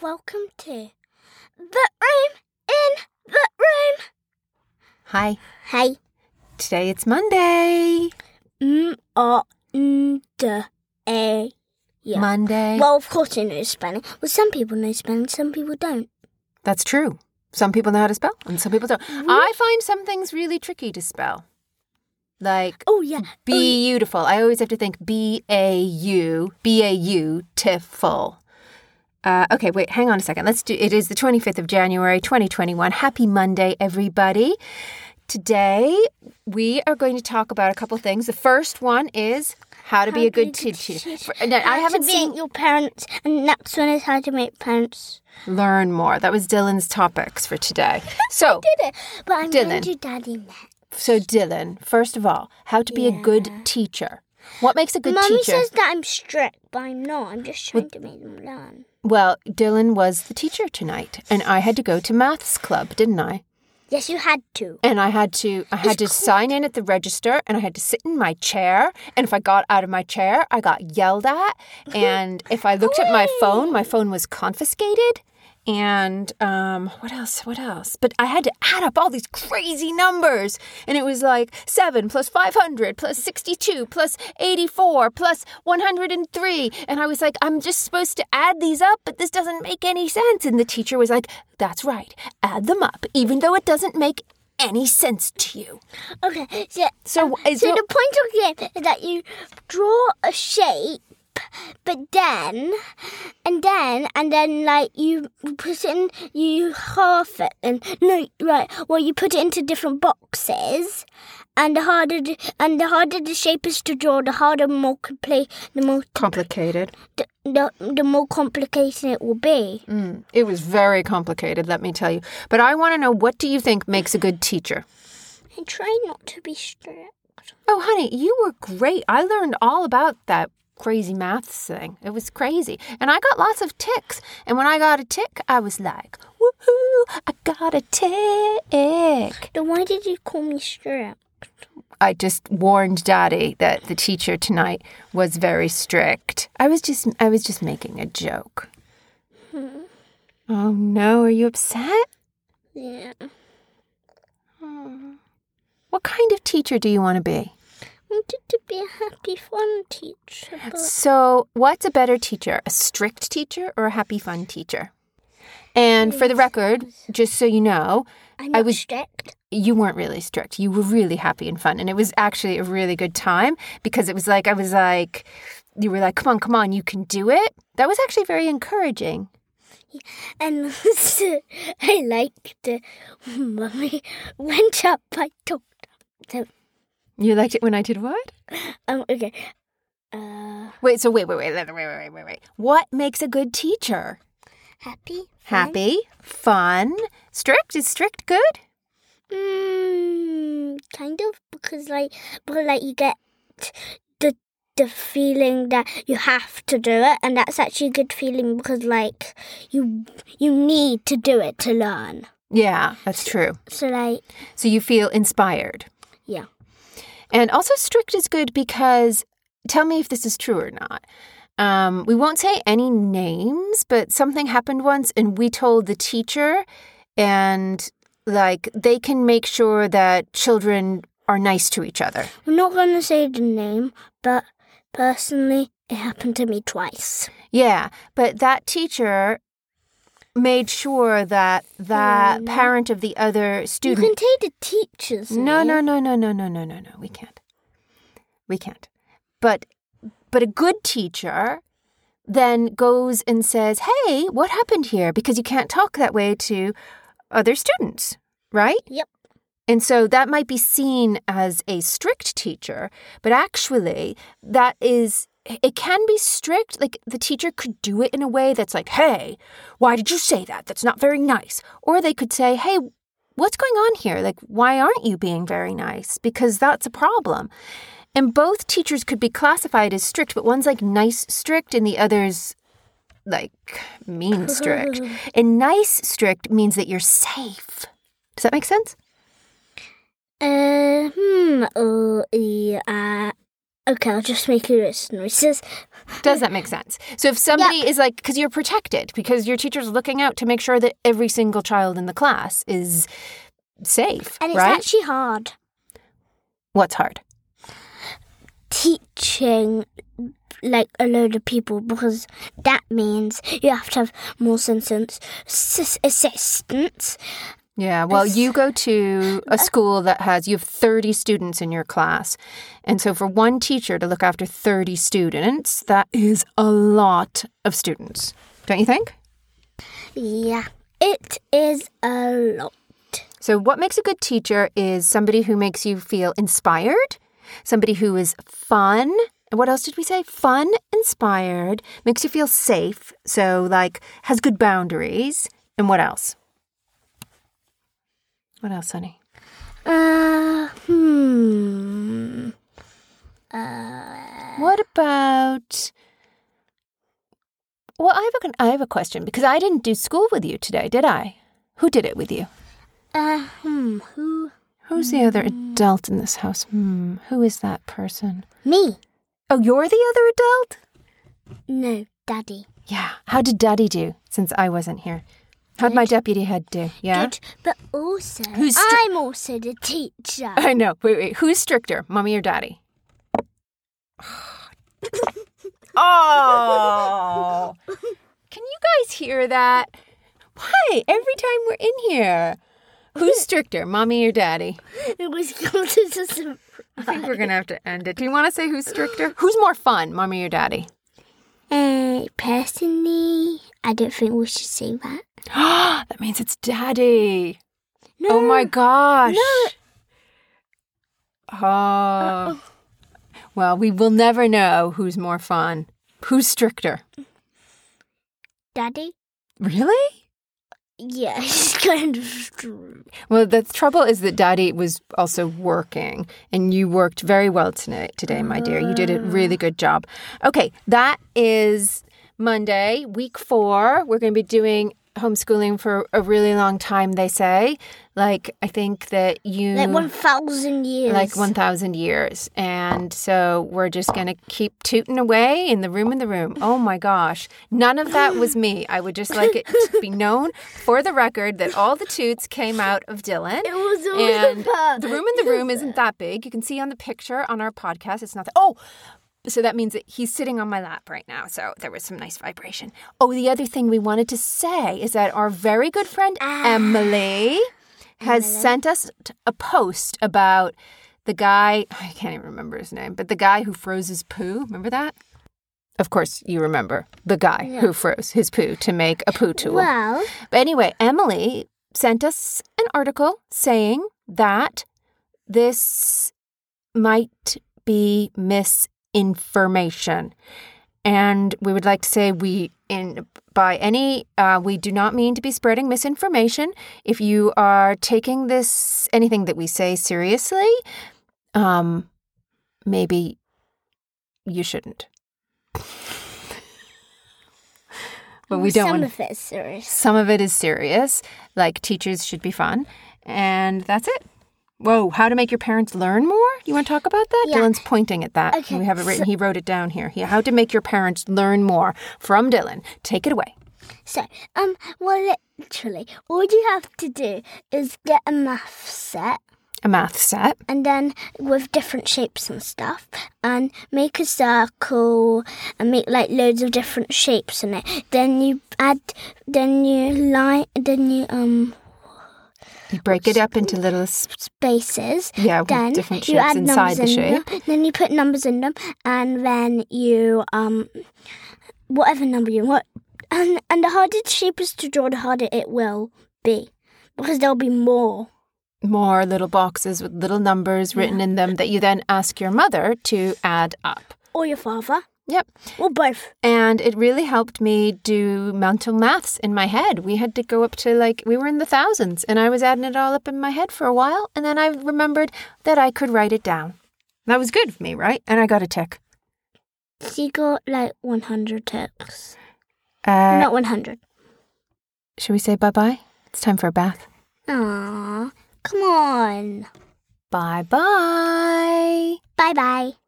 Welcome to the room in the room. Hi, Hey, today it's Monday. m r n d a. Yeah. Monday. Well, of course you know spelling. Well, some people know spelling, some people don't. That's true. Some people know how to spell and some people don't. I find some things really tricky to spell. Like Oh yeah. beautiful. I always have to think B A U B A U tiful. Uh, okay, wait, hang on a second. Let's do it is the 25th of January 2021. Happy Monday everybody. Today we are going to talk about a couple things. The first one is Oh, how to be a good teacher. For- no, How I haven't to seen beat your parents, and next one is how to make parents. learn more. That was Dylan's topics for today. So, Did it? But I'm going Dylan. to daddy next. so Dylan, first of all, how to be a good teacher. What makes a good Mummy teacher? says that I'm strict, but I'm not. I'm just trying to make them learn. well, Dylan was the teacher tonight, and I had to go to maths club, didn't I? Yes, you had to. And I had to I had to sign in at the register, and I had to sit in my chair. And if I got out of my chair, I got yelled at. And if I looked at my phone, my phone was confiscated. And um, what else? What else? But I had to add up all these crazy numbers. And it was like 7 plus 500 plus 62 plus 84 plus 103. And I was like, I'm just supposed to add these up, but this doesn't make any sense. And the teacher was like, That's right, add them up, even though it doesn't make any sense to you. Uh, Okay, so So, is So your- the point of the game is that you draw a shape, but then, and then, and then, like you put it in, you half it, and no, right? Well, you put it into different boxes, and the harder, the, and the harder the shape is to draw, the harder multiply, the more, complicated. the, the, the more complicated it will be. Mm, it was very complicated, let me tell you. But I want to know what do you think makes a good teacher? And try not to be strict. Oh, honey, you were great. I learned all about that crazy maths thing. It was crazy. And I got lots of ticks. And when I got a tick, I was like, woohoo, I got a tick. Then why did you call me strict? I just warned Daddy that the teacher tonight was very strict. I was just I was just making a joke. Oh no, are you upset? Yeah. What kind of teacher do you want to be? I wanted to be a happy, fun teacher. But So, what's a better teacher, a strict teacher or a happy fun teacher? And for the record, just so you know, I'm I not was- strict. you weren't really strict. You were really happy and fun. And it was actually a really good time because it was like, I was like, you were like, come on, come on, you can do it. That was actually very encouraging. And so I liked it. Mummy went up, I told them. You liked it when I did what? Um, okay. Uh, Wait, so wait, wait, wait, wait, wait, wait, wait, wait. What makes a good teacher? happy? Happy, fun, strict. Is strict good? Mm, kind of, because like, but like you get the the feeling that you have to do it, and that's actually a good feeling because like you you need to do it to learn. Yeah, that's true. So like, So you feel inspired. yeah. And also, strict is good because tell me if this is true or not. Um, we won't say any names, but something happened once, and we told the teacher, and like they can make sure that children are nice to each other. I'm not gonna say the name, but personally, it happened to me twice. Yeah, but that teacher made sure that that Hmm. parent of the other You student can take the teacher's No, name. no, no, no, no, no, no, no, no. We can't. We can't. But but a good teacher then goes and says, "Hey, what happened here?" Because you can't talk that way to other students, right? Yep. And so that might be seen as a strict teacher, but actually that is it can be strict like the teacher could do it in a way that's like, "Hey, why did you say that? That's not very nice." Or they could say, "Hey, what's going on here? Like why aren't you being very nice?" Because that's a problem. And both teachers could be classified as strict, but one's like nice strict and the other's like mean strict. and nice strict means that you're safe. Does that make sense? Uh, hmm, uh, oh, yeah, Okay, I'll just make a list. And it says, Does that make sense? So if somebody is like, because you're protected, because your teacher's looking out to make sure that every single child in the class is safe, and it's right? actually hard What's hard? teaching like a load of people because that means you have to have more assistants, s- assistants, Yeah, well, you go to a school that has, you have 30 students in your class. And so for one teacher to look after 30 students, that is a lot of students, don't you think? Yeah, it is a lot. So, what makes a good teacher is somebody who makes you feel inspired, somebody who is fun. And What else did we say? Fun, inspired, makes you feel safe. So, like, has good boundaries. And what else? What else, honey? Uh, hmm. What about? Well, I have a con- I have a question because I didn't do school with you today, did I? Who did it with you? Uh, hmm. Who? Who's the other adult in this house? Hmm, who is that person? Me? Oh, you're the other adult. No, Daddy. Yeah. How did Daddy do since I wasn't here? How'd my deputy head do? Yeah. Good. But also, Who's str- I'm also the teacher. I know. Wait, wait. Who's stricter, mommy or daddy? oh. Can you guys hear that? Why? Every time we're in here. Who's stricter, mommy or daddy? it was called as a surprise. I think we're going to have to end it. Do you want to say who's stricter? Who's more fun, mommy or daddy? Uh, personally, I don't think we should say that. that means it's daddy. No. Oh my gosh. Oh. Well, we will never know who's more fun. Who's stricter? Daddy? Really? Yeah, it's kind of true. Well, the trouble is that Daddy was also working, and you worked very well tonight, today, my dear. You did a really good job. Okay, that is Monday, week four. We're going to be doing homeschooling for a really long time, they say. Like, I think that you. Like 1,000 years. Like 1,000 years. And so we're just going to keep tooting away in the room in the room. Oh my gosh. None of that was me. I would just like it to be known for the record that all the toots came out of Dylan. It was all And about- the room in the room isn't that big. You can see on the picture on our podcast, it's not that. Oh, so that means that he's sitting on my lap right now. So there was some nice vibration. Oh, the other thing we wanted to say is that our very good friend Ah. Emily has sent us t- a post about the guy, I can't even remember his name, but the guy who froze his poo. Remember that? Of course, you remember the guy who froze his poo to make a poo tool. Well, But anyway, Emily sent us an article saying that this might be misinformation. And we would like to say we in by any uh, we do not mean to be spreading misinformation. If you are taking this anything that we say seriously, um, maybe you shouldn't. but we don't some want of it's serious. some of it is serious, like teachers should be fun, and that's it. Whoa, how to make your parents learn more? You want to talk about that? Yeah. Dylan's pointing at that. Okay, We have it written. he wrote it down here. Yeah, how to make your parents learn more from Dylan. Take it away. So, um, well, literally, all you have to do is get a math set A math set. and then with different shapes and stuff and make a circle and make like loads of different shapes in it then you add then you line then you um You break it up into little s- spaces yeah with then different you shapes add inside numbers the in shape. them then you put numbers in them and then you um whatever number you want and and the harder the shape is to draw the harder it will be because there'll be more More little boxes with little numbers written in them that you then ask your mother to add up. or your father Yep. or both And it really helped me do mental maths in my head. We had to go up to like, we were in the thousands, and I was adding it all up in my head for a while. And then I remembered that I could write it down. That was good for me, right? And I got a tick. so you got like 100 ticks Uh, Not 100. Should we say bye bye? It's time for a bath. Aww. Come on. Bye bye. Bye bye.